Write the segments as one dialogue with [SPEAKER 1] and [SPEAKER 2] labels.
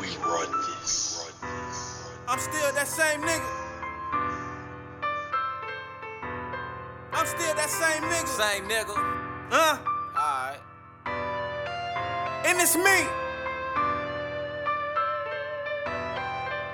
[SPEAKER 1] We run this.
[SPEAKER 2] I'm still that same nigga. I'm still that same nigga. Same nigga. Huh? Alright. And it's me.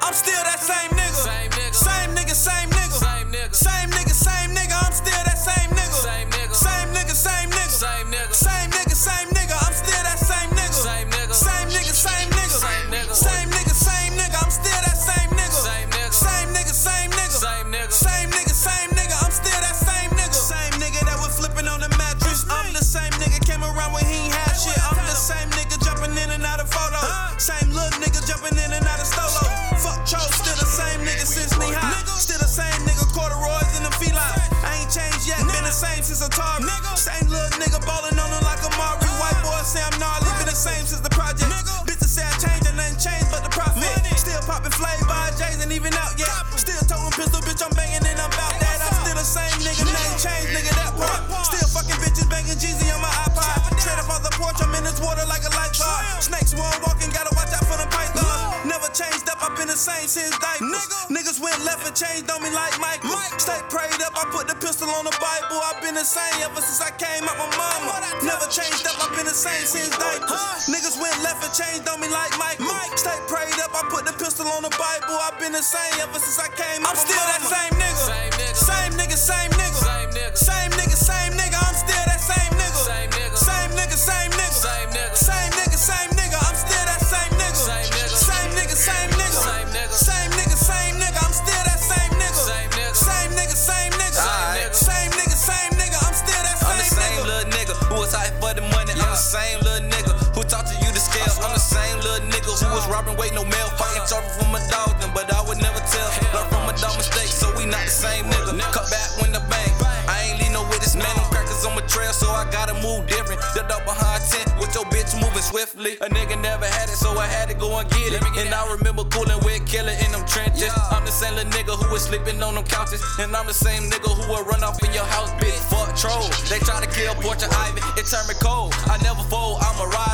[SPEAKER 2] I'm still that same nigga. Same nigga. Same nigga, same nigga. Same nigga. Same nigga, same nigga. I'm still that same nigga. Same nigga. Same nigga, same nigga. Same nigga. Same nigga, same nigga. I'm still that same nigga. Same nigga. Same nigga, same nigga. Same nigga. Same nigga, same nigga. I'm still that same nigga. Same nigga. Same nigga, same nigga. Same nigga. Same nigga, same nigga. I'm still that same nigga. Same nigga that was flipping on the mattress. I'm the same nigga came around when he ain't had shit. I'm the same nigga jumping in and out of photos. Same little nigga jumping in and out of stolo. Fuck Cho, still the same nigga since knee high. Still the same nigga corduroys in the feline. I ain't changed yet, been the same since Atari. Same little nigga ballin' on him like Amari. White boy say I'm gnarly, been the same since the project. Bitches say I changed and nothing changed but the profit. Still poppin' flame by J's and even out yet. Still totin' pistol, bitch, I'm bangin' and I'm about that. I'm still the same nigga, name changed, nigga, that part. Still fucking bitches bangin' Jeezy on my iPod. Straight up off the porch, I'm in this water like a light bar. Snakes one walking, gotta watch out for them pythons. Never changed up, I've been the same since diapers. Niggas went left and changed on me like Mike. Stay prayed up, I put the pistol on the Bible. I've been the same ever since I came out my mama. Never changed up, I've been the same since diapers. Niggas went left and changed on me like Mike. Stay prayed up, I put the pistol on the Bible. I've been the same ever since I came out I'm still that same nigga. Same nigga, same nigga. Same nigga, same nigga, same nigga. I'm still that same nigga. Same nigga, same nigga, same nigga. Same nigga, same nigga, same nigga. I'm still that same nigga. Same nigga, same nigga, same nigga. Same nigga, same nigga, same nigga. I'm still that same nigga. Same nigga, same nigga, same nigga. Same nigga, same nigga. I'm still that
[SPEAKER 3] I'm the
[SPEAKER 2] same
[SPEAKER 3] same
[SPEAKER 2] nigga.
[SPEAKER 3] little nigga who was out for the money. I'm the same little nigga who taught to you to scale. I'm the same little nigga who was robbing, wait, no mail. Fighting trouble from my dog, then, but I would never tell. Learn from my dog mistakes, so we not the same nigga. Cut back when the bang. I ain't leave no with this man. Them crackers on my trail, so I gotta move different. The dog behind 10 with your bitch moving swiftly. A nigga never had it, so I had to go and get it. And I remember cooling with killer in them trenches. I'm the same little nigga who was sleeping on them couches. And I'm the same nigga who will run off in your house, bitch. Fuck trolls. They try to kill Portia Ivan, it turned me cold. I never fold, I'ma ride